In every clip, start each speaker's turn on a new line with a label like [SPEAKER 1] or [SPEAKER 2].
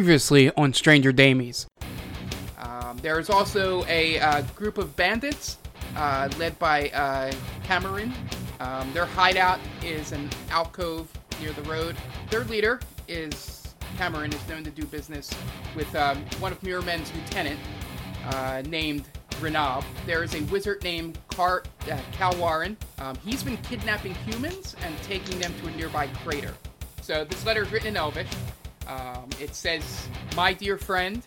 [SPEAKER 1] previously on Stranger Damies. Um, there is also a uh, group of bandits uh, led by uh, Cameron. Um, their hideout is an alcove near the road. Their leader is Cameron, is known to do business with um, one of Muirman's lieutenant uh, named Renab. There is a wizard named Car- uh, Kalwarin. Um, he's been kidnapping humans and taking them to a nearby crater. So this letter is written in Elvish. Um, it says, "My dear friend,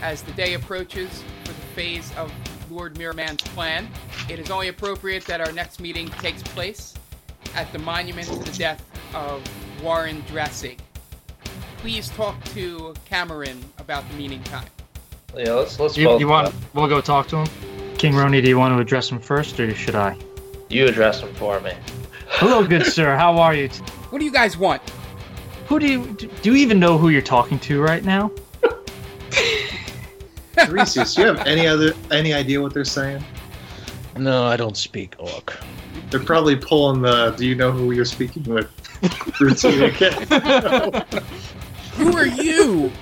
[SPEAKER 1] as the day approaches for the phase of Lord Miraman's plan, it is only appropriate that our next meeting takes place at the monument to the death of Warren Drassig. Please talk to Cameron about the meeting time.
[SPEAKER 2] Yeah, let's let's.
[SPEAKER 3] You,
[SPEAKER 2] both-
[SPEAKER 3] you want? We'll go talk to him. King Roni, do you want to address him first, or should I?
[SPEAKER 2] you address them for me.
[SPEAKER 3] Hello, good sir. How are you?
[SPEAKER 1] What do you guys want?
[SPEAKER 3] Who do you do? You even know who you're talking to right now?
[SPEAKER 4] Theresus, do you have any other any idea what they're saying?
[SPEAKER 5] No, I don't speak orc.
[SPEAKER 4] They're probably pulling the "Do you know who you're speaking with?" routine again.
[SPEAKER 1] Who are you?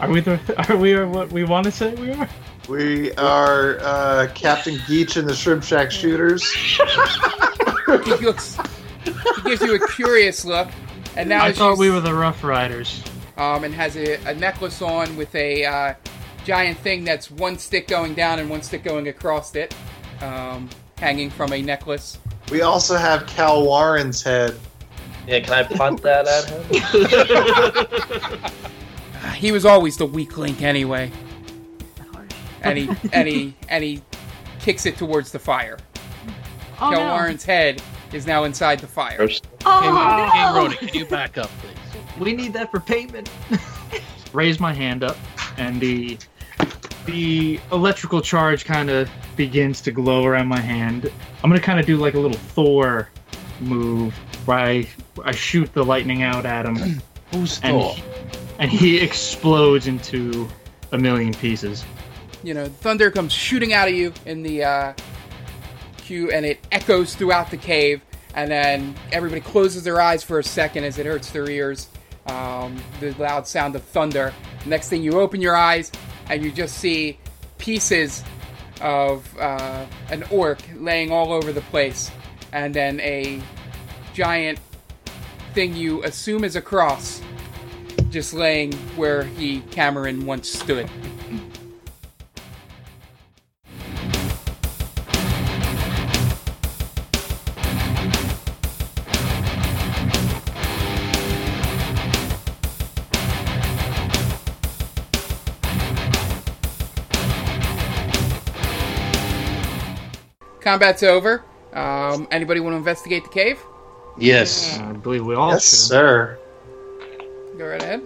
[SPEAKER 6] Are we the? Are we what we want to say we are?
[SPEAKER 4] we are uh, Captain Geach and the Shrimp Shack Shooters.
[SPEAKER 1] he looks. He gives you a curious look, and now
[SPEAKER 3] I
[SPEAKER 1] as
[SPEAKER 3] thought
[SPEAKER 1] you
[SPEAKER 3] we were the Rough Riders.
[SPEAKER 1] um, and has a, a necklace on with a uh, giant thing that's one stick going down and one stick going across it, um, hanging from a necklace.
[SPEAKER 4] We also have Cal Warren's head.
[SPEAKER 2] Yeah, can I punt that at him?
[SPEAKER 1] Ah, He was always the weak link anyway. And he and he and he kicks it towards the fire.
[SPEAKER 7] Oh,
[SPEAKER 1] Kel
[SPEAKER 7] no.
[SPEAKER 1] Warren's head is now inside the fire.
[SPEAKER 7] Oh,
[SPEAKER 5] King Rony, can you back up, please?
[SPEAKER 3] We need that for payment. Raise my hand up, and the the electrical charge kind of begins to glow around my hand. I'm gonna kind of do like a little Thor move, where I I shoot the lightning out at him,
[SPEAKER 5] Who's
[SPEAKER 3] and
[SPEAKER 5] Thor?
[SPEAKER 3] he, and he explodes into a million pieces.
[SPEAKER 1] you know, thunder comes shooting out of you in the uh, queue, and it echoes throughout the cave. And then everybody closes their eyes for a second as it hurts their ears. Um, the loud sound of thunder. Next thing you open your eyes, and you just see pieces of uh, an orc laying all over the place, and then a giant thing you assume is a cross just laying where he Cameron once stood. Combat's over. Um, anybody want to investigate the cave?
[SPEAKER 5] Yes.
[SPEAKER 3] Uh, I believe we
[SPEAKER 1] Oh,
[SPEAKER 3] all
[SPEAKER 4] yes,
[SPEAKER 3] should.
[SPEAKER 4] sir.
[SPEAKER 1] Go right ahead.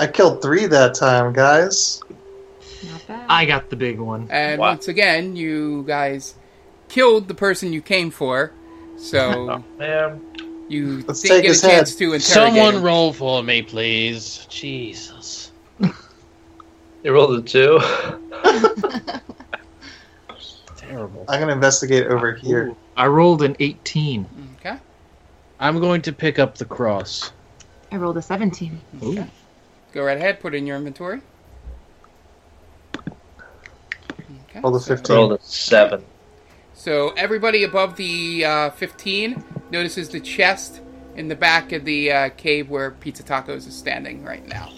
[SPEAKER 4] I killed three that time, guys.
[SPEAKER 7] not bad.
[SPEAKER 3] I got the big one.
[SPEAKER 1] And
[SPEAKER 2] Wow.
[SPEAKER 1] once again, you guys killed the person you came for, so
[SPEAKER 2] Man,
[SPEAKER 1] you
[SPEAKER 4] Let's
[SPEAKER 1] didn't
[SPEAKER 4] take
[SPEAKER 1] get a
[SPEAKER 4] his head.
[SPEAKER 1] chance to interrogate
[SPEAKER 5] Someone
[SPEAKER 1] him.
[SPEAKER 5] roll for me, please. Jesus.
[SPEAKER 2] you rolled a two.
[SPEAKER 5] Terrible.
[SPEAKER 4] I'm gonna investigate over here.
[SPEAKER 3] Ooh, I rolled an 18.
[SPEAKER 1] Okay.
[SPEAKER 5] I'm going to pick up the cross.
[SPEAKER 7] I rolled a 17.
[SPEAKER 3] Ooh.
[SPEAKER 1] Go right ahead. Put it in your inventory. Okay.
[SPEAKER 4] Roll the
[SPEAKER 1] so-
[SPEAKER 4] fifteen.
[SPEAKER 2] rolled a seven.
[SPEAKER 1] So everybody above the uh, 15 notices the chest in the back of the uh, cave where Pizza Tacos is standing right now.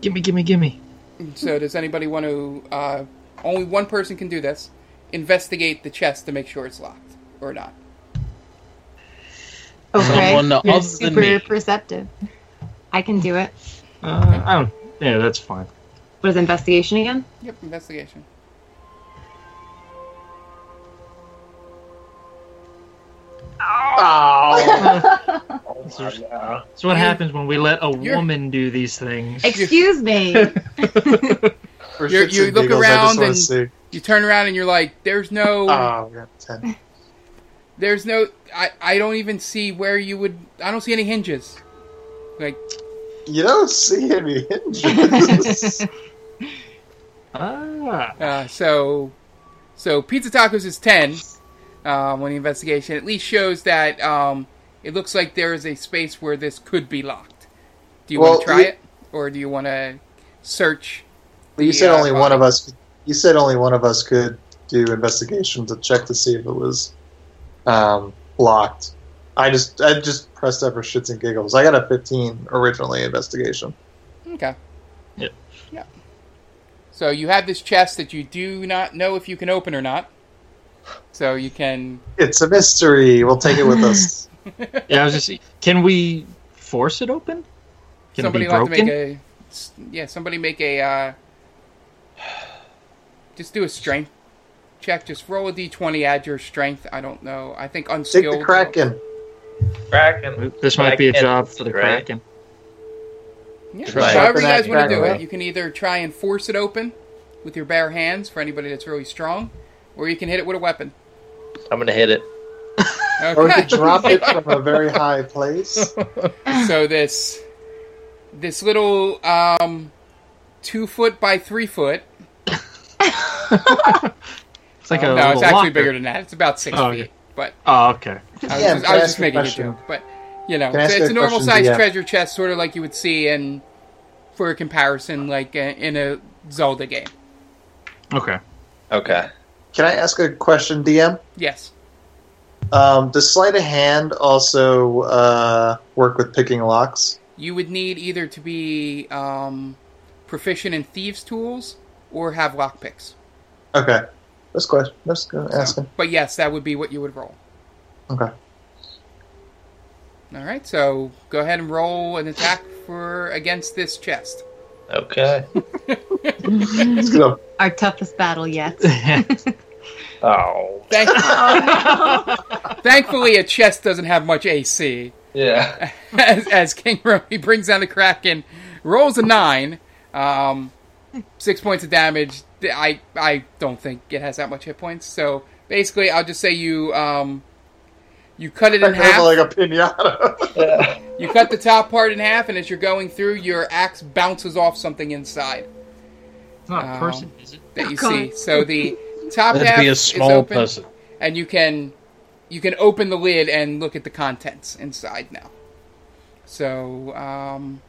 [SPEAKER 3] Gimme, gimme, gimme.
[SPEAKER 1] So does anybody want to? Uh, only one person can do this. Investigate the chest to make sure it's locked or not.
[SPEAKER 7] Okay.
[SPEAKER 5] Someone other
[SPEAKER 7] You're
[SPEAKER 5] than
[SPEAKER 7] super
[SPEAKER 5] me.
[SPEAKER 7] perceptive. I can do it.
[SPEAKER 3] Uh, I don't. Yeah, that's fine.
[SPEAKER 7] What is investigation again?
[SPEAKER 1] Yep, investigation.
[SPEAKER 4] Oh,
[SPEAKER 7] Uh,
[SPEAKER 3] That's
[SPEAKER 2] Oh, yeah.
[SPEAKER 3] that's what happens when we let a
[SPEAKER 1] You're-
[SPEAKER 3] woman do these things.
[SPEAKER 7] Excuse me.
[SPEAKER 4] For
[SPEAKER 1] You're-
[SPEAKER 4] shits
[SPEAKER 1] you
[SPEAKER 4] and
[SPEAKER 1] look
[SPEAKER 4] giggles, I just
[SPEAKER 1] around
[SPEAKER 4] wanna
[SPEAKER 1] and-
[SPEAKER 4] see.
[SPEAKER 1] You turn around and you're like, "There's no,
[SPEAKER 4] Oh, we got ten.
[SPEAKER 1] there's no. I, I don't even see where you would. I don't see any hinges. Like,
[SPEAKER 4] You don't see any hinges.
[SPEAKER 3] Ah,
[SPEAKER 1] uh, so, so Pizza Tacos is ten um, on the investigation. At least shows that um, it looks like there is a space where this could be locked. Do you
[SPEAKER 4] Well,
[SPEAKER 1] want to try
[SPEAKER 4] we-
[SPEAKER 1] it, or do you want to search.
[SPEAKER 4] Well, you said
[SPEAKER 1] Yeah,
[SPEAKER 4] only
[SPEAKER 1] fine.
[SPEAKER 4] one of us. You said only one of us could do investigation to check to see if it was um, blocked. I just I just pressed up for shits and giggles. I got a 15 originally investigation.
[SPEAKER 1] Okay.
[SPEAKER 4] Yep.
[SPEAKER 1] Yeah. So you have this chest that you do not know if you can open or not. So you can.
[SPEAKER 4] It's a mystery. We'll take it with us.
[SPEAKER 3] Yeah, I was just. Can we force it open? Can
[SPEAKER 1] somebody
[SPEAKER 3] it be
[SPEAKER 1] will have to
[SPEAKER 3] broken?
[SPEAKER 1] make a. Yeah, somebody make a. Uh, just do a strength check. Just roll a d20. Add your strength. I don't know. I think
[SPEAKER 4] Take
[SPEAKER 1] unskilled.
[SPEAKER 4] the kraken.
[SPEAKER 2] Kraken.
[SPEAKER 3] This might be a
[SPEAKER 2] Kraken,
[SPEAKER 3] job for the
[SPEAKER 2] right?
[SPEAKER 3] Kraken.
[SPEAKER 1] Yeah.
[SPEAKER 2] Try
[SPEAKER 1] so however
[SPEAKER 4] open
[SPEAKER 1] you
[SPEAKER 4] that
[SPEAKER 1] guys want to do
[SPEAKER 4] crack.
[SPEAKER 1] it, you can either try and force it open with your bare hands for anybody that's really strong, or you can hit it with a weapon.
[SPEAKER 2] I'm gonna hit it.
[SPEAKER 1] Okay.
[SPEAKER 4] Or we could drop it from a very high place.
[SPEAKER 1] so this this little um two foot by three foot
[SPEAKER 3] It's like a
[SPEAKER 1] Oh, no it's
[SPEAKER 3] little
[SPEAKER 1] actually
[SPEAKER 3] locker.
[SPEAKER 1] bigger than that it's about six
[SPEAKER 3] Oh,
[SPEAKER 1] feet
[SPEAKER 3] okay.
[SPEAKER 1] but
[SPEAKER 3] Oh, okay.
[SPEAKER 1] i was,
[SPEAKER 4] Yeah,
[SPEAKER 1] just,
[SPEAKER 4] can
[SPEAKER 1] I
[SPEAKER 4] I
[SPEAKER 1] was
[SPEAKER 4] ask
[SPEAKER 1] just
[SPEAKER 4] you a
[SPEAKER 1] making a
[SPEAKER 4] question?
[SPEAKER 1] joke but you know
[SPEAKER 4] Can I
[SPEAKER 1] it's,
[SPEAKER 4] ask
[SPEAKER 1] it's a
[SPEAKER 4] you a
[SPEAKER 1] normal
[SPEAKER 4] question,
[SPEAKER 1] sized
[SPEAKER 4] DM?
[SPEAKER 1] treasure chest sort of like you would see in for a comparison like uh, in a zelda game
[SPEAKER 3] Okay.
[SPEAKER 2] Okay.
[SPEAKER 4] Can I ask a question, DM?
[SPEAKER 1] yes
[SPEAKER 4] Um, does sleight of hand also uh, work with picking locks?
[SPEAKER 1] you would need either to be um, proficient in thieves tools or have lockpicks
[SPEAKER 4] Okay. That's question. That's good asking.
[SPEAKER 1] but yes that would be what you would roll
[SPEAKER 4] Okay.
[SPEAKER 1] all right so go ahead and roll an attack for against this chest
[SPEAKER 2] Okay.
[SPEAKER 4] Let's go.
[SPEAKER 7] Our toughest battle yet.
[SPEAKER 2] Oh.
[SPEAKER 1] Thank-
[SPEAKER 7] oh,
[SPEAKER 1] Thankfully, a chest doesn't have much AC.
[SPEAKER 2] Yeah.
[SPEAKER 1] As, as King Romy brings down the Kraken, rolls a nine, um, six points of damage. I I don't think it has that much hit points. So basically, I'll just say you um, you cut it in
[SPEAKER 4] That goes
[SPEAKER 1] half.
[SPEAKER 4] like a pinata.
[SPEAKER 2] Yeah.
[SPEAKER 1] You cut the top part in half, and as you're going through, your axe bounces off something inside
[SPEAKER 3] It's not
[SPEAKER 1] Um,
[SPEAKER 3] a person, is it?
[SPEAKER 1] that you
[SPEAKER 7] Oh, God.
[SPEAKER 1] see. So the top half
[SPEAKER 5] That'd be a
[SPEAKER 1] is
[SPEAKER 5] small
[SPEAKER 1] open.
[SPEAKER 5] person.
[SPEAKER 1] and you can you can open the lid and look at the contents inside now. So, um,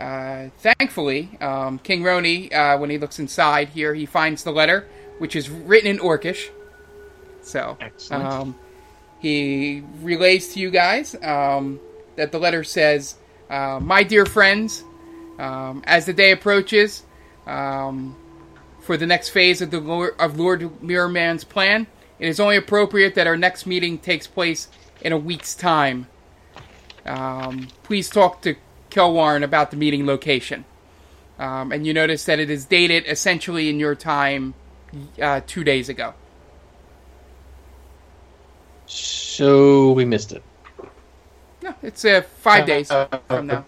[SPEAKER 1] uh, thankfully, um, King Roni, uh, when he looks inside here, he finds the letter, which is written in Orcish. So,
[SPEAKER 3] Excellent.
[SPEAKER 1] um, he relays to you guys um, that the letter says, uh, "My dear friends, um, as the day approaches, um, for the next phase of the Lord, of Lord Mirrorman's plan, it is only appropriate that our next meeting takes place in a week's time. Um, please talk to Kelwarn about the meeting location. Um, and you notice that it is dated essentially in your time uh, two days ago.
[SPEAKER 5] So we missed it.
[SPEAKER 1] No, it's uh, five days from now.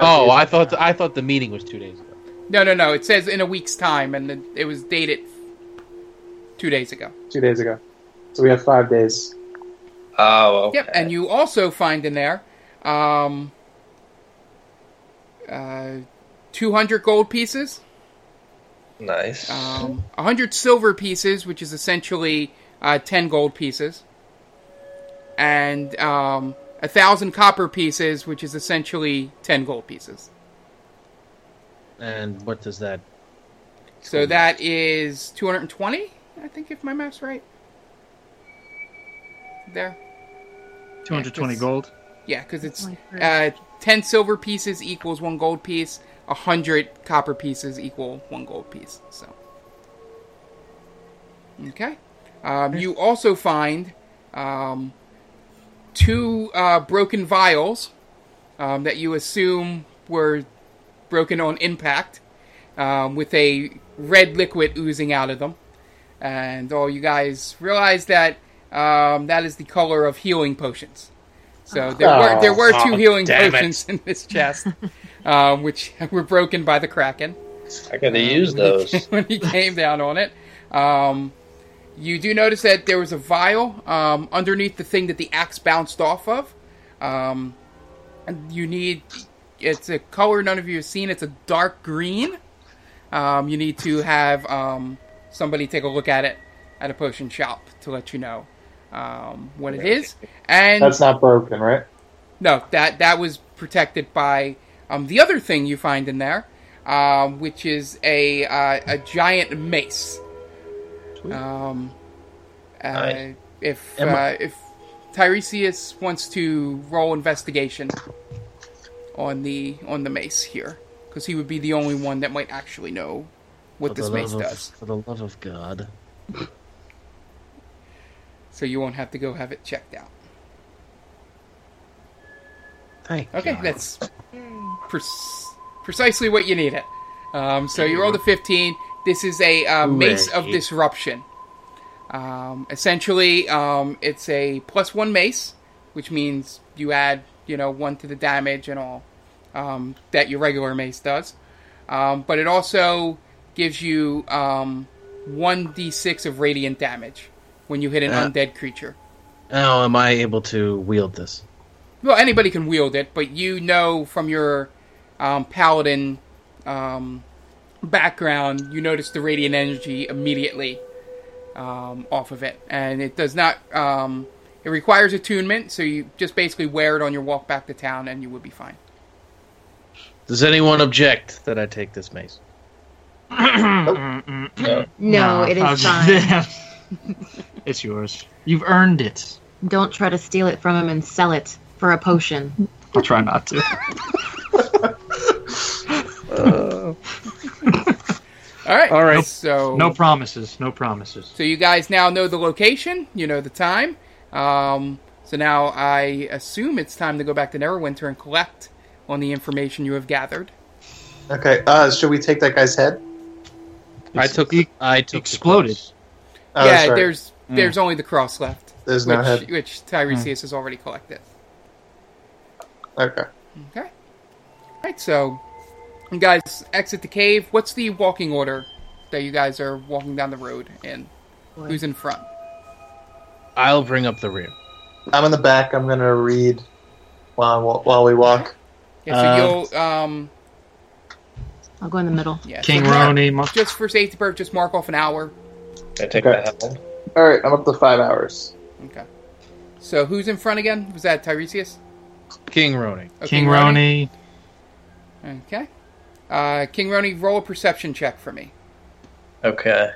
[SPEAKER 5] Oh, I thought I thought the meeting was two days ago.
[SPEAKER 1] No, no, no. It says in a week's time, and it- it was dated two days ago.
[SPEAKER 4] Two days ago. So we have five days.
[SPEAKER 2] Oh. Okay.
[SPEAKER 1] Yep, and you also find in there um, uh, 200 gold pieces,
[SPEAKER 2] Nice.
[SPEAKER 1] um, 100 silver pieces, which is essentially uh, 10 gold pieces, and um, 1,000 copper pieces, which is essentially 10 gold pieces.
[SPEAKER 5] And what does that?
[SPEAKER 1] So that is 220, I think, if my math's right. There.
[SPEAKER 3] 220
[SPEAKER 1] it's-
[SPEAKER 3] gold.
[SPEAKER 1] Yeah, because it's
[SPEAKER 7] my first.
[SPEAKER 1] uh, 10 silver pieces equals one gold piece, 100 copper pieces equal one gold piece. So. Okay. Um, you also find um, two uh, broken vials um, that you assume were broken on impact um, with a red liquid oozing out of them. And all you guys realize that um, that is the color of healing potions. So there were there were two healing potions in this chest, um, which were broken by the kraken
[SPEAKER 2] I gotta
[SPEAKER 1] um,
[SPEAKER 2] use those.
[SPEAKER 1] when he came down on it. Um, you do notice that there was a vial um, underneath the thing that the axe bounced off of. Um, and you need it's a color none of you have seen. It's a dark green. Um, you need to have um, somebody take a look at it at a potion shop to let you know um, what it is. And
[SPEAKER 4] That's not broken, right?
[SPEAKER 1] no, that that was protected by um, the other thing you find in there um, which is a uh, a giant mace. Um, uh,
[SPEAKER 2] Alright.
[SPEAKER 1] If
[SPEAKER 4] Am I-
[SPEAKER 1] uh, if Tiresias wants to roll investigation on the on the mace here, because he would be the only one that might actually know what this mace does.
[SPEAKER 5] For the love of God.
[SPEAKER 1] So you won't have to go have it checked out.
[SPEAKER 5] Thank
[SPEAKER 1] Okay,
[SPEAKER 5] God.
[SPEAKER 1] that's pres- precisely what you needed. Um, so you rolled a 15. This is a uh, mace of
[SPEAKER 5] Hooray.
[SPEAKER 1] disruption. Um, essentially, um, it's a plus one mace, which means you add, you know, one to the damage and all um, that your regular mace does. Um, but it also gives you um, 1d6 of radiant damage when you hit an
[SPEAKER 5] Uh.
[SPEAKER 1] undead creature.
[SPEAKER 5] Now, am I able to wield this?
[SPEAKER 1] Well, anybody can wield it, but you know from your um, paladin um, background, you notice the radiant energy immediately um, off of it, and it does not. Um, it requires attunement, so you just basically wear it on your walk back to town, and you would be fine.
[SPEAKER 5] Does anyone object that I take this mace?
[SPEAKER 7] No, it
[SPEAKER 3] I was-
[SPEAKER 7] is fine.
[SPEAKER 3] it's yours. You've earned it.
[SPEAKER 7] Don't try to steal it from him and sell it for a potion.
[SPEAKER 3] I'll try not to.
[SPEAKER 1] All right.
[SPEAKER 5] All right.
[SPEAKER 1] So
[SPEAKER 3] No promises. No promises.
[SPEAKER 1] So you guys now know the location, you know the time. Um, so now I assume it's time to go back to Neverwinter and collect on the information you have gathered.
[SPEAKER 4] Okay. Uh, should we take that guy's head?
[SPEAKER 5] I took.
[SPEAKER 3] it
[SPEAKER 5] I took. the
[SPEAKER 3] exploded.
[SPEAKER 5] cross.
[SPEAKER 4] Oh,
[SPEAKER 1] yeah,
[SPEAKER 4] that's right.
[SPEAKER 1] there's there's only the cross left,
[SPEAKER 4] There's no
[SPEAKER 1] which,
[SPEAKER 4] head.
[SPEAKER 1] which Tiresias has already collected.
[SPEAKER 4] Okay.
[SPEAKER 1] Okay. All right, so you guys exit the cave. What's the walking order that you guys are walking down the road in? Who's in front?
[SPEAKER 5] I'll bring up the rear.
[SPEAKER 4] I'm in the back. I'm gonna read while while we walk.
[SPEAKER 1] Yeah, so
[SPEAKER 5] Uh,
[SPEAKER 1] you'll um
[SPEAKER 7] I'll go in the middle.
[SPEAKER 1] yeah.
[SPEAKER 3] King
[SPEAKER 1] so mark-
[SPEAKER 3] Rony. Must-
[SPEAKER 1] Just for safety purpose, just mark off an hour.
[SPEAKER 2] I take
[SPEAKER 4] Okay.
[SPEAKER 2] the helm.
[SPEAKER 4] All right. I'm up to five hours.
[SPEAKER 1] Okay. So who's in front again? Was that Tiresias?
[SPEAKER 5] King Rony.
[SPEAKER 1] Oh,
[SPEAKER 3] King Rony.
[SPEAKER 1] Rony? Okay. Uh, King Rony, roll a perception check for me.
[SPEAKER 2] Okay.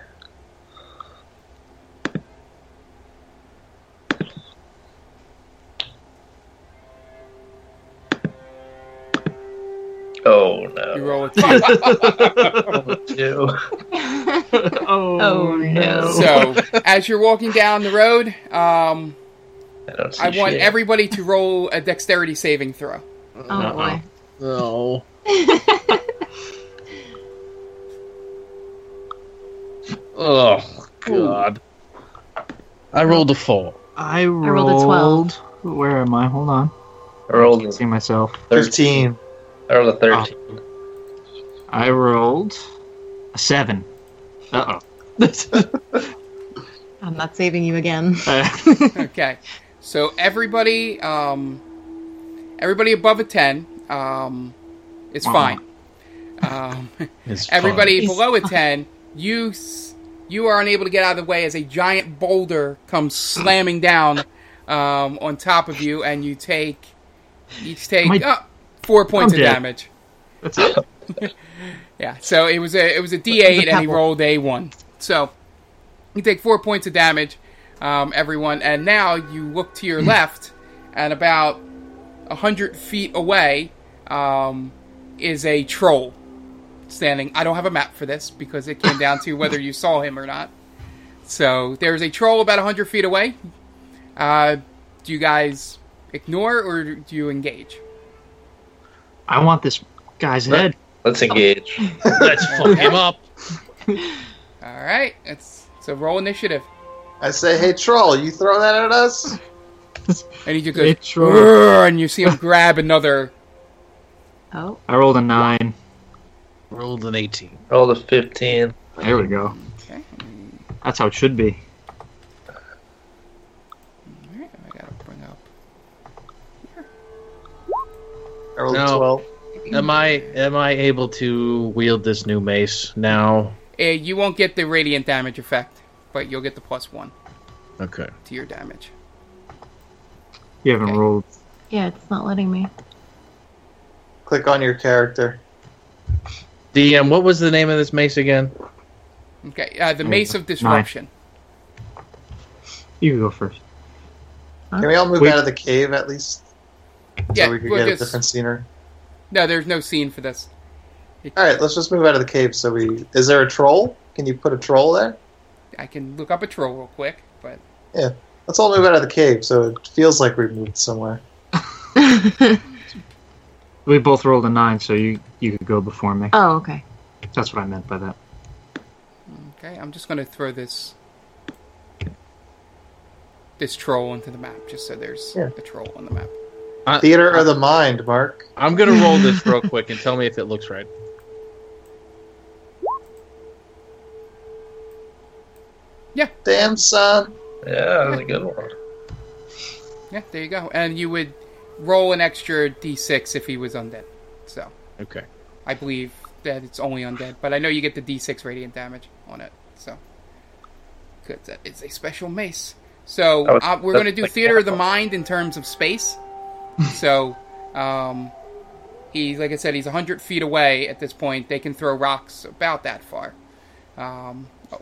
[SPEAKER 2] Oh
[SPEAKER 1] You
[SPEAKER 2] no.
[SPEAKER 1] roll a two.
[SPEAKER 2] Ew.
[SPEAKER 7] Oh, no.
[SPEAKER 1] so as you're walking down the road, um,
[SPEAKER 2] I don't see
[SPEAKER 1] I want
[SPEAKER 2] shit.
[SPEAKER 1] everybody to roll a dexterity saving throw.
[SPEAKER 7] Oh boy.
[SPEAKER 5] No. Oh God. I rolled a four.
[SPEAKER 3] I rolled,
[SPEAKER 7] rolled a 12.
[SPEAKER 3] Where am I? Hold on.
[SPEAKER 2] I rolled a
[SPEAKER 3] can't see myself.
[SPEAKER 4] Fifteen.
[SPEAKER 2] I rolled a thirteen.
[SPEAKER 3] I rolled a seven. Uh
[SPEAKER 7] I'm not saving you again.
[SPEAKER 3] oh.
[SPEAKER 1] Okay. So everybody, um, everybody above a ten um, is
[SPEAKER 3] Wow.
[SPEAKER 1] fine. Um,
[SPEAKER 5] It's
[SPEAKER 1] Everybody
[SPEAKER 7] Fine.
[SPEAKER 1] below a ten, you s- you are unable to get out of the way as a giant boulder comes slamming down um, on top of you, and you take each take
[SPEAKER 3] My-
[SPEAKER 1] uh, four points of
[SPEAKER 3] dead.
[SPEAKER 1] damage.
[SPEAKER 3] That's it.
[SPEAKER 1] Yeah, so it was a it was a D eight, and he
[SPEAKER 7] pebble.
[SPEAKER 1] rolled a one. So you take four points of damage, um, everyone, and now you look to your left, and about a hundred feet away um, is a troll standing. I don't have a map for this because it came down to whether you saw him or not. So there's a troll about a hundred feet away. Uh, do you guys ignore or do you engage?
[SPEAKER 3] I want this guy's head.
[SPEAKER 5] Ah.
[SPEAKER 2] Let's engage.
[SPEAKER 5] fine. Let's fuck him up.
[SPEAKER 1] All right, it's so roll initiative,
[SPEAKER 4] I say, hey troll, you throw that at us?
[SPEAKER 1] and he just goes.
[SPEAKER 3] It's rolled.
[SPEAKER 1] "Grrr," and you see him grab another.
[SPEAKER 7] Oh,
[SPEAKER 3] I rolled a nine.
[SPEAKER 5] Rolled an eighteen.
[SPEAKER 2] Rolled a fifteen.
[SPEAKER 3] There we go.
[SPEAKER 1] Okay.
[SPEAKER 3] That's how it should be.
[SPEAKER 1] Alright, I gotta bring up.
[SPEAKER 4] I rolled a
[SPEAKER 5] No.
[SPEAKER 4] twelve.
[SPEAKER 5] Am I am I able to wield this new mace now?
[SPEAKER 1] Uh, you won't get the radiant damage effect, but you'll get the plus one
[SPEAKER 5] Okay.
[SPEAKER 1] to your damage.
[SPEAKER 3] You haven't
[SPEAKER 1] Okay.
[SPEAKER 3] rolled.
[SPEAKER 7] yeah, it's not letting me.
[SPEAKER 4] Click on your character.
[SPEAKER 5] DM, what was the name of this mace again?
[SPEAKER 1] Okay, uh, the Mace of Disruption.
[SPEAKER 6] You can go first.
[SPEAKER 4] Can we all move
[SPEAKER 6] We-
[SPEAKER 4] out of the cave at least?
[SPEAKER 1] Yeah,
[SPEAKER 4] so we could
[SPEAKER 1] we'll
[SPEAKER 4] get
[SPEAKER 1] just-
[SPEAKER 4] a different scenery.
[SPEAKER 1] No, there's no scene for this.
[SPEAKER 4] All right, let's just move out of the cave. So we is there a troll? Can you put a troll there?
[SPEAKER 1] I can look up a troll real quick, but
[SPEAKER 4] Let's all move out of the cave. So it feels like we've moved somewhere.
[SPEAKER 6] We both rolled a nine, so you you could go before me.
[SPEAKER 7] oh, okay.
[SPEAKER 6] That's what I meant by that.
[SPEAKER 1] okay, I'm just gonna throw this this troll into the map just so there's
[SPEAKER 4] Yeah.
[SPEAKER 1] a troll on the map.
[SPEAKER 4] Theater of the mind, Mark.
[SPEAKER 5] I'm gonna roll this real quick and tell me if it looks right.
[SPEAKER 4] Damn son.
[SPEAKER 2] Yeah, that's a good one.
[SPEAKER 1] Yeah, there you go. And you would roll an extra d6 if he was undead. So
[SPEAKER 5] Okay.
[SPEAKER 1] I believe that it's only undead, but I know you get the d6 radiant damage on it. So good. That is a special mace. So
[SPEAKER 2] That was-
[SPEAKER 1] uh, we're
[SPEAKER 2] that
[SPEAKER 1] going to do
[SPEAKER 2] was like
[SPEAKER 1] theater of the
[SPEAKER 2] wonderful.
[SPEAKER 1] mind in terms of space. so um, he, like I said, he's 100 feet away at this point. They can throw rocks about that far. Um, oh,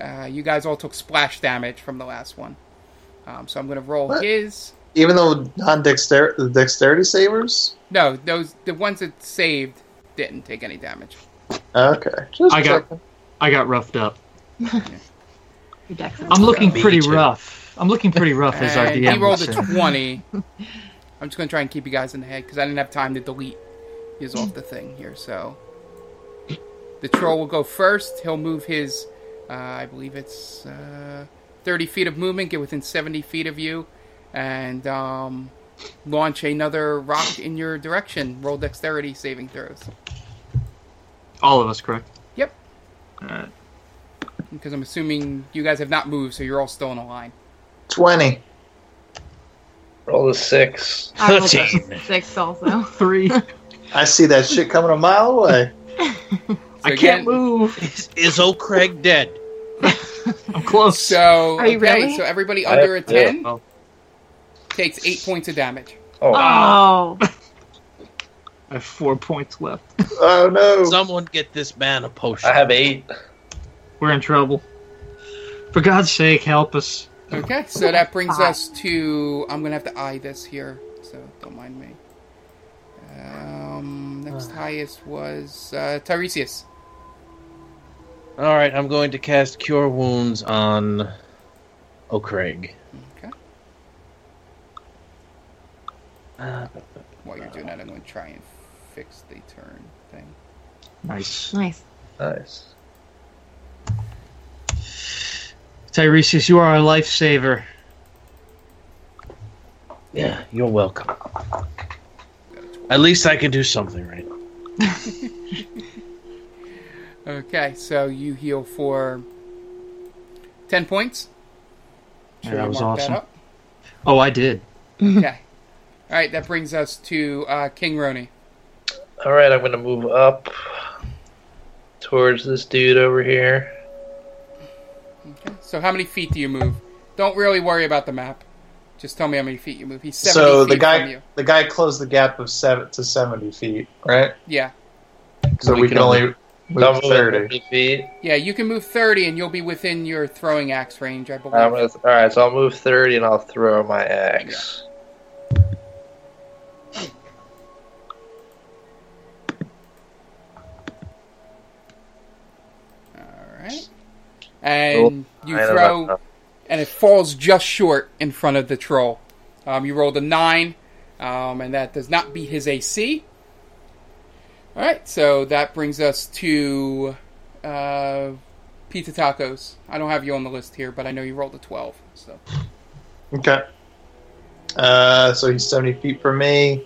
[SPEAKER 1] uh, you guys all took splash damage from the last one. Um, so I'm going to roll
[SPEAKER 4] What?
[SPEAKER 1] his.
[SPEAKER 4] Even though non dexterity dexterity savers.
[SPEAKER 1] No, those the ones that saved didn't take any damage.
[SPEAKER 4] Okay. Just
[SPEAKER 6] I got-
[SPEAKER 4] checking.
[SPEAKER 6] I got roughed up.
[SPEAKER 7] Your deck's
[SPEAKER 6] I'm looking
[SPEAKER 2] Me
[SPEAKER 6] pretty
[SPEAKER 5] too.
[SPEAKER 6] rough. I'm looking pretty rough as our
[SPEAKER 1] And he
[SPEAKER 6] DM.
[SPEAKER 1] rolled
[SPEAKER 6] would
[SPEAKER 1] a
[SPEAKER 6] say.
[SPEAKER 1] twenty. I'm just gonna try and keep you guys in the head because I didn't have time to delete his off the thing here. So the troll will go first. He'll move his, uh, I believe it's uh, 30 feet of movement, get within 70 feet of you, and um, launch another rock in your direction. Roll dexterity saving throws
[SPEAKER 6] All of us, correct?
[SPEAKER 1] Yep.
[SPEAKER 6] Alright.
[SPEAKER 1] because I'm assuming you guys have not moved, so you're all still in a line.
[SPEAKER 4] twenty.
[SPEAKER 2] Roll a six.
[SPEAKER 7] I rolled a six also.
[SPEAKER 6] Three.
[SPEAKER 4] I see that shit coming a mile away.
[SPEAKER 1] So
[SPEAKER 6] I
[SPEAKER 1] again-
[SPEAKER 6] can't move.
[SPEAKER 5] Is, is old Craig dead?
[SPEAKER 6] I'm close.
[SPEAKER 1] So
[SPEAKER 7] Are you
[SPEAKER 1] okay,
[SPEAKER 7] really?
[SPEAKER 1] so everybody
[SPEAKER 2] I-
[SPEAKER 1] under a
[SPEAKER 2] yeah.
[SPEAKER 1] ten
[SPEAKER 6] Oh.
[SPEAKER 1] takes eight points of damage.
[SPEAKER 2] Oh,
[SPEAKER 5] Ah.
[SPEAKER 7] Oh,
[SPEAKER 6] I have four points left.
[SPEAKER 4] Oh no.
[SPEAKER 5] Someone get this man a potion.
[SPEAKER 2] I have eight.
[SPEAKER 6] We're in trouble. For God's sake, help us.
[SPEAKER 1] Okay, so that brings
[SPEAKER 7] Five.
[SPEAKER 1] us to I'm gonna have to eye this here, so don't mind me. Um, next highest was uh, Tiresias.
[SPEAKER 5] All right, I'm going to cast Cure Wounds on O'Craig.
[SPEAKER 1] Okay,
[SPEAKER 5] Ah,
[SPEAKER 1] while you're doing that, I'm gonna try and fix the turn thing.
[SPEAKER 6] Nice.
[SPEAKER 7] nice.
[SPEAKER 2] Nice.
[SPEAKER 6] Tiresias, you are a lifesaver.
[SPEAKER 5] Yeah, you're welcome. At least I can do something right.
[SPEAKER 1] Okay, so you heal for ten points.
[SPEAKER 6] Yeah,
[SPEAKER 1] Sure
[SPEAKER 6] that
[SPEAKER 1] you
[SPEAKER 6] was
[SPEAKER 1] marked
[SPEAKER 6] awesome.
[SPEAKER 1] up?
[SPEAKER 6] Oh, I did.
[SPEAKER 1] Okay. All right, that brings us to uh, King Roni.
[SPEAKER 2] All right, I'm gonna move up towards this dude over here.
[SPEAKER 1] Okay. So how many feet do you move? Don't really worry about the map. Just tell me how many feet you move. He's 70
[SPEAKER 4] So
[SPEAKER 1] feet
[SPEAKER 4] the
[SPEAKER 1] from you.
[SPEAKER 4] guy the guy closed the gap of seven to seventy feet, right?
[SPEAKER 1] Yeah.
[SPEAKER 4] So
[SPEAKER 5] We
[SPEAKER 4] we,
[SPEAKER 5] can
[SPEAKER 4] can only
[SPEAKER 2] I'm
[SPEAKER 4] move
[SPEAKER 2] moving
[SPEAKER 4] thirty.
[SPEAKER 2] 50 feet.
[SPEAKER 1] Yeah, you can move 30 and you'll be within your throwing axe range,
[SPEAKER 4] Uh,
[SPEAKER 1] I believe.
[SPEAKER 2] I'm gonna, all right, so I'll move 30 and I'll throw my axe.
[SPEAKER 1] All right. And you
[SPEAKER 2] I don't
[SPEAKER 1] throw
[SPEAKER 2] know.
[SPEAKER 1] and it falls just short in front of the troll. Um, you rolled a 9 um, and that does not beat his AC. All right. So that brings us to uh, Pizza Tacos. I don't have you on the list here, but I know you rolled a 12. So
[SPEAKER 4] Okay. Uh, so he's seventy feet from me.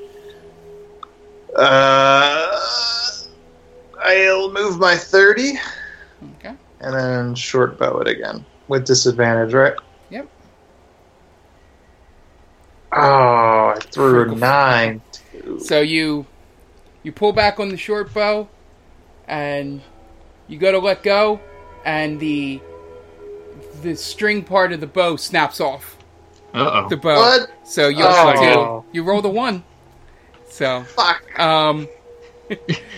[SPEAKER 4] Uh, I'll move my thirty
[SPEAKER 1] okay.
[SPEAKER 4] and then short bow it again with disadvantage, right?
[SPEAKER 1] Yep.
[SPEAKER 4] Oh, I threw a nine.
[SPEAKER 1] So you you pull back on the short bow and you go to let go and the the string part of the bow snaps off
[SPEAKER 6] Uh
[SPEAKER 1] the bow.
[SPEAKER 4] What?
[SPEAKER 1] So you
[SPEAKER 4] Oh.
[SPEAKER 1] you roll the one. So
[SPEAKER 4] Fuck.
[SPEAKER 1] um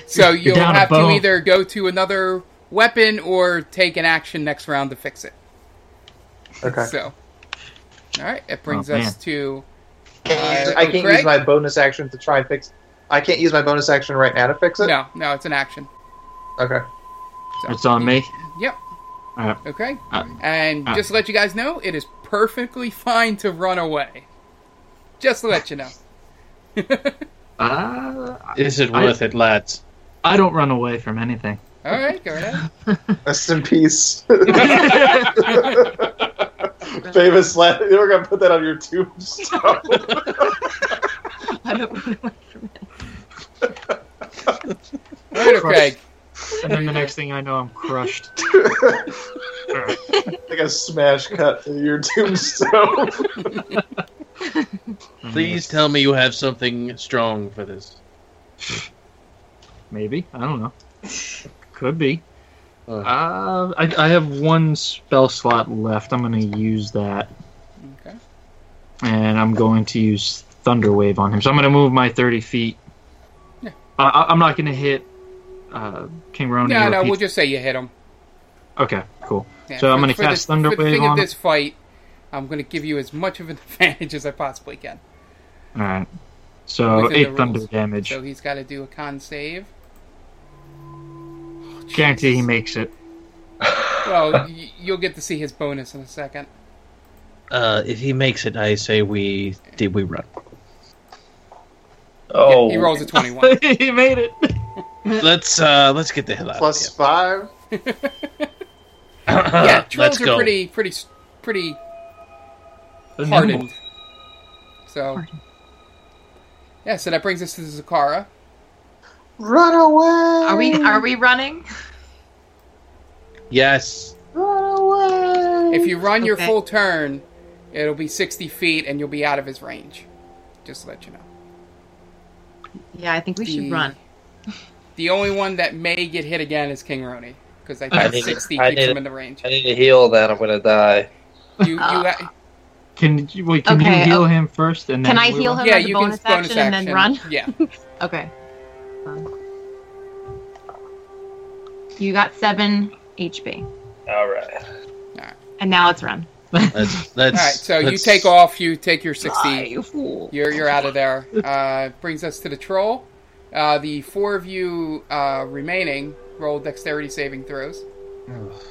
[SPEAKER 1] so you'll
[SPEAKER 3] down a
[SPEAKER 1] have to
[SPEAKER 3] bone.
[SPEAKER 1] either go to another weapon or take an action next round to fix it.
[SPEAKER 4] Okay.
[SPEAKER 1] So, all right, it brings
[SPEAKER 3] Oh,
[SPEAKER 1] us to
[SPEAKER 4] Can't use-
[SPEAKER 1] Uh,
[SPEAKER 4] I can't
[SPEAKER 1] Greg?
[SPEAKER 4] use my bonus action to try and fix. I can't use my bonus action right now to fix it.
[SPEAKER 1] no, no, it's an action.
[SPEAKER 4] Okay.
[SPEAKER 1] So,
[SPEAKER 3] It's on me.
[SPEAKER 1] Yep.
[SPEAKER 3] Alright.
[SPEAKER 1] Okay.
[SPEAKER 3] Uh,
[SPEAKER 1] and
[SPEAKER 3] uh.
[SPEAKER 1] just to let you guys know, it is perfectly fine to run away. Just to let you know.
[SPEAKER 3] Uh,
[SPEAKER 5] Is it worth it, lads?
[SPEAKER 3] I don't run away from anything.
[SPEAKER 1] All right, go ahead.
[SPEAKER 4] Rest in peace. Famous last. We're gonna put that on your tombstone.
[SPEAKER 7] I don't run away from it.
[SPEAKER 1] All right, Craig.
[SPEAKER 3] And then the next thing I know, I'm crushed.
[SPEAKER 4] like a smash cut to your tombstone.
[SPEAKER 5] Please tell me you have something strong for this.
[SPEAKER 3] Maybe. I don't know. Could be.
[SPEAKER 5] Uh.
[SPEAKER 3] Uh, I, I have one spell slot left. I'm going to use that.
[SPEAKER 1] Okay.
[SPEAKER 3] And I'm going to use Thunder Wave on him. So I'm going to move my 30 feet.
[SPEAKER 1] Yeah.
[SPEAKER 3] I, I, I'm not going to hit uh, King Ronan.
[SPEAKER 1] No,
[SPEAKER 3] or
[SPEAKER 1] no,
[SPEAKER 3] Pete-
[SPEAKER 1] we'll just say you hit him.
[SPEAKER 3] Okay, cool.
[SPEAKER 1] Yeah,
[SPEAKER 3] So I'm
[SPEAKER 1] for-
[SPEAKER 3] gonna
[SPEAKER 1] for
[SPEAKER 3] cast
[SPEAKER 1] this,
[SPEAKER 3] Thunder
[SPEAKER 1] for the
[SPEAKER 3] Wave
[SPEAKER 1] thing of
[SPEAKER 3] on-
[SPEAKER 1] this fight. I'm going to give you as much of an advantage as I possibly can.
[SPEAKER 3] All right. So
[SPEAKER 1] Within the
[SPEAKER 3] eight thunder
[SPEAKER 1] rules.
[SPEAKER 3] damage.
[SPEAKER 1] So he's got to do a con save.
[SPEAKER 3] Guarantee he makes it.
[SPEAKER 1] Well, y- you'll get to see his bonus in a second.
[SPEAKER 5] Uh, if he makes it, I say we did we run.
[SPEAKER 2] Oh,
[SPEAKER 1] He rolls a 21.
[SPEAKER 3] he made it.
[SPEAKER 5] Let's uh, let's get the hell out.
[SPEAKER 4] Plus five.
[SPEAKER 5] of here.
[SPEAKER 1] yeah,
[SPEAKER 5] Uh, let's
[SPEAKER 1] trolls are
[SPEAKER 5] go.
[SPEAKER 1] pretty, pretty, s- pretty
[SPEAKER 3] They're nimble.
[SPEAKER 1] hardened. So,
[SPEAKER 7] Hardened.
[SPEAKER 1] yeah. So that brings us to Zakara.
[SPEAKER 4] Run away.
[SPEAKER 7] Are we are we running?
[SPEAKER 5] Yes.
[SPEAKER 4] Run away.
[SPEAKER 1] If you run your
[SPEAKER 7] Okay.
[SPEAKER 1] full turn, it'll be 60 feet, and you'll be out of his range. Just to let you know.
[SPEAKER 7] Yeah, I think we should
[SPEAKER 1] The-
[SPEAKER 7] run.
[SPEAKER 1] The only one that may get hit again is King Roni because I
[SPEAKER 2] I
[SPEAKER 1] think
[SPEAKER 2] need it.
[SPEAKER 1] 60
[SPEAKER 2] I
[SPEAKER 1] keeps
[SPEAKER 2] need
[SPEAKER 1] him
[SPEAKER 2] it.
[SPEAKER 1] in the range.
[SPEAKER 2] I need to heal. Then I'm gonna die.
[SPEAKER 1] You, you,
[SPEAKER 7] Uh,
[SPEAKER 1] ha-
[SPEAKER 3] Can you wait? Can
[SPEAKER 7] Okay,
[SPEAKER 3] you heal
[SPEAKER 7] oh.
[SPEAKER 3] him first, and then
[SPEAKER 7] Can I
[SPEAKER 3] we
[SPEAKER 7] heal
[SPEAKER 3] will-
[SPEAKER 7] him
[SPEAKER 1] yeah,
[SPEAKER 7] as a
[SPEAKER 1] you
[SPEAKER 7] bonus,
[SPEAKER 1] can bonus
[SPEAKER 7] action, and then run?
[SPEAKER 1] Yeah,
[SPEAKER 7] Okay. Um, You got seven HP,
[SPEAKER 2] All right.
[SPEAKER 7] and now it's run.
[SPEAKER 5] Let's, let's,
[SPEAKER 1] All right, so you
[SPEAKER 5] let's-
[SPEAKER 1] take off. You take your sixty.
[SPEAKER 7] Die, you fool.
[SPEAKER 1] You're you're out of there. Uh, brings us to the troll. Uh, the four of you uh, remaining roll dexterity saving throws.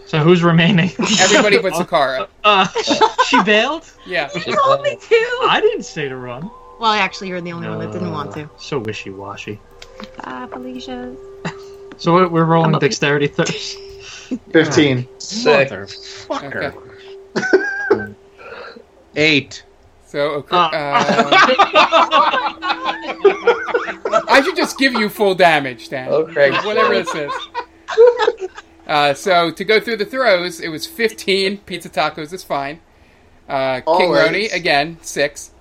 [SPEAKER 3] So who's remaining?
[SPEAKER 1] Everybody but Zakara.
[SPEAKER 3] Uh, she bailed.
[SPEAKER 1] Yeah.
[SPEAKER 7] You rolled me too.
[SPEAKER 3] I didn't say to run.
[SPEAKER 7] Well, actually, you're the only one that didn't want to.
[SPEAKER 3] So wishy washy.
[SPEAKER 7] Bye, Felicia.
[SPEAKER 3] So we're, we're rolling
[SPEAKER 7] I'm a-
[SPEAKER 3] dexterity thirst.
[SPEAKER 4] Fifteen.
[SPEAKER 2] Sick.
[SPEAKER 5] Motherfucker.
[SPEAKER 1] Okay.
[SPEAKER 5] Eight.
[SPEAKER 1] So uh, uh, I should just give you full damage, Dan.
[SPEAKER 2] Oh, Craig.
[SPEAKER 1] Whatever this is. Uh, so to go through the throws, it was 15. Pizza tacos is fine. Uh, King
[SPEAKER 4] Always.
[SPEAKER 1] Roni again six.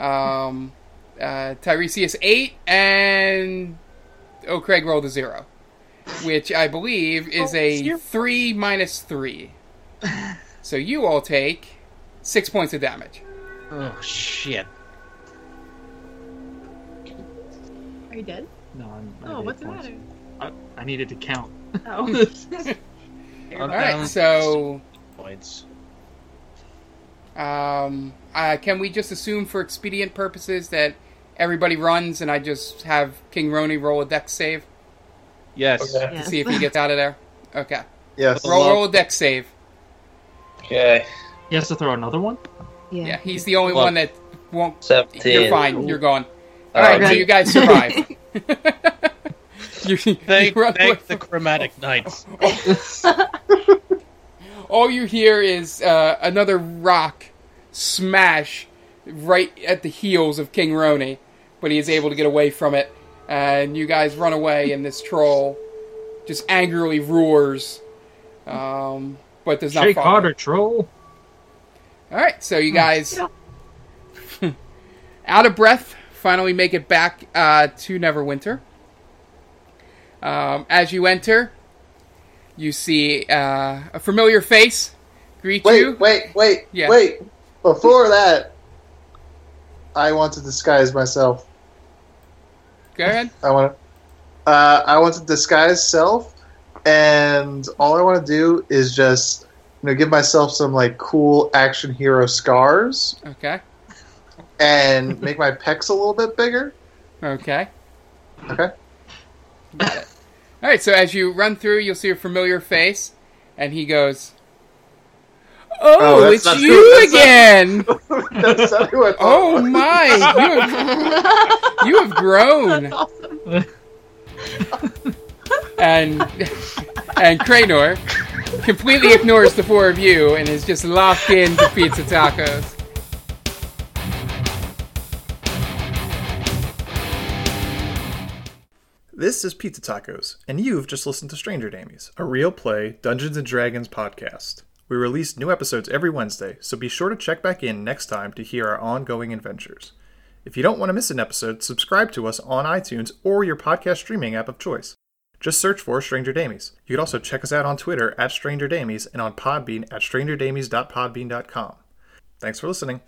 [SPEAKER 1] Um, uh, Tiresias eight, and oh, Craig rolled a zero, which I believe is a three minus three. So you all take six points of damage.
[SPEAKER 5] Oh shit.
[SPEAKER 7] Are you dead?
[SPEAKER 3] No, I'm, I
[SPEAKER 7] Oh,
[SPEAKER 3] did
[SPEAKER 7] what's the
[SPEAKER 3] once.
[SPEAKER 7] matter?
[SPEAKER 3] I, I needed to count.
[SPEAKER 7] Oh.
[SPEAKER 5] I'm
[SPEAKER 1] All right,
[SPEAKER 5] down
[SPEAKER 1] so
[SPEAKER 5] points.
[SPEAKER 1] um, uh, can we just assume for expedient purposes that everybody runs and I just have King Roni roll a dex save
[SPEAKER 5] Yes.
[SPEAKER 2] Okay.
[SPEAKER 1] to see if he gets out of there? Okay.
[SPEAKER 4] Yes.
[SPEAKER 1] Roll, roll a dex save.
[SPEAKER 2] Okay.
[SPEAKER 3] He has to throw another one.
[SPEAKER 7] yeah.
[SPEAKER 1] Yeah, he's the only
[SPEAKER 5] Well-
[SPEAKER 1] one that won't.
[SPEAKER 2] Seventeen.
[SPEAKER 1] You're fine. You're gone. All
[SPEAKER 2] All
[SPEAKER 1] right,
[SPEAKER 2] right.
[SPEAKER 1] so you guys survive. you, you
[SPEAKER 5] Thank,
[SPEAKER 1] run away
[SPEAKER 5] thank the
[SPEAKER 1] from-
[SPEAKER 5] chromatic knights.
[SPEAKER 1] all you hear is uh, another rock smash right at the heels of King Roni, but he is able to get away from it. And you guys run away, and this troll just angrily roars, um, but does not
[SPEAKER 3] Shake
[SPEAKER 1] follow.
[SPEAKER 3] harder, troll.
[SPEAKER 1] All right, so you guys, out of breath, finally make it back uh, to Neverwinter. Um, as you enter, you see uh, a familiar face greet you.
[SPEAKER 4] Wait, wait, wait,
[SPEAKER 1] Yeah.
[SPEAKER 4] wait. Before that, I want to disguise myself.
[SPEAKER 1] Go ahead.
[SPEAKER 4] I want to. Uh, I want to disguise self, and all I want to do is just you know give myself some like cool action hero scars
[SPEAKER 1] Okay.
[SPEAKER 4] and make my pecs a little bit bigger.
[SPEAKER 1] Okay.
[SPEAKER 4] Okay.
[SPEAKER 1] Got it. All right. So as you run through, you'll see a familiar face, and he goes,
[SPEAKER 4] Oh,
[SPEAKER 1] "Oh,
[SPEAKER 4] that's
[SPEAKER 1] it's
[SPEAKER 4] not who-
[SPEAKER 1] you
[SPEAKER 4] that's not- Oh.
[SPEAKER 1] again!
[SPEAKER 4] That's not who I thought.
[SPEAKER 1] oh
[SPEAKER 4] it was.
[SPEAKER 1] my, you have, you have grown." and and Kranor completely ignores the four of you and is just locked in to pizza tacos.
[SPEAKER 8] This is Pizza Tacos, and you've just listened to Stranger Damies, a real play Dungeons and Dragons podcast. We release new episodes every Wednesday, so be sure to check back in next time to hear our ongoing adventures. If you don't want to miss an episode, subscribe to us on iTunes or your podcast streaming app of choice. Just search for Stranger Damies. You can also check us out on Twitter at Stranger Damies and on Podbean at strangerdamies.podbean.com. Thanks for listening.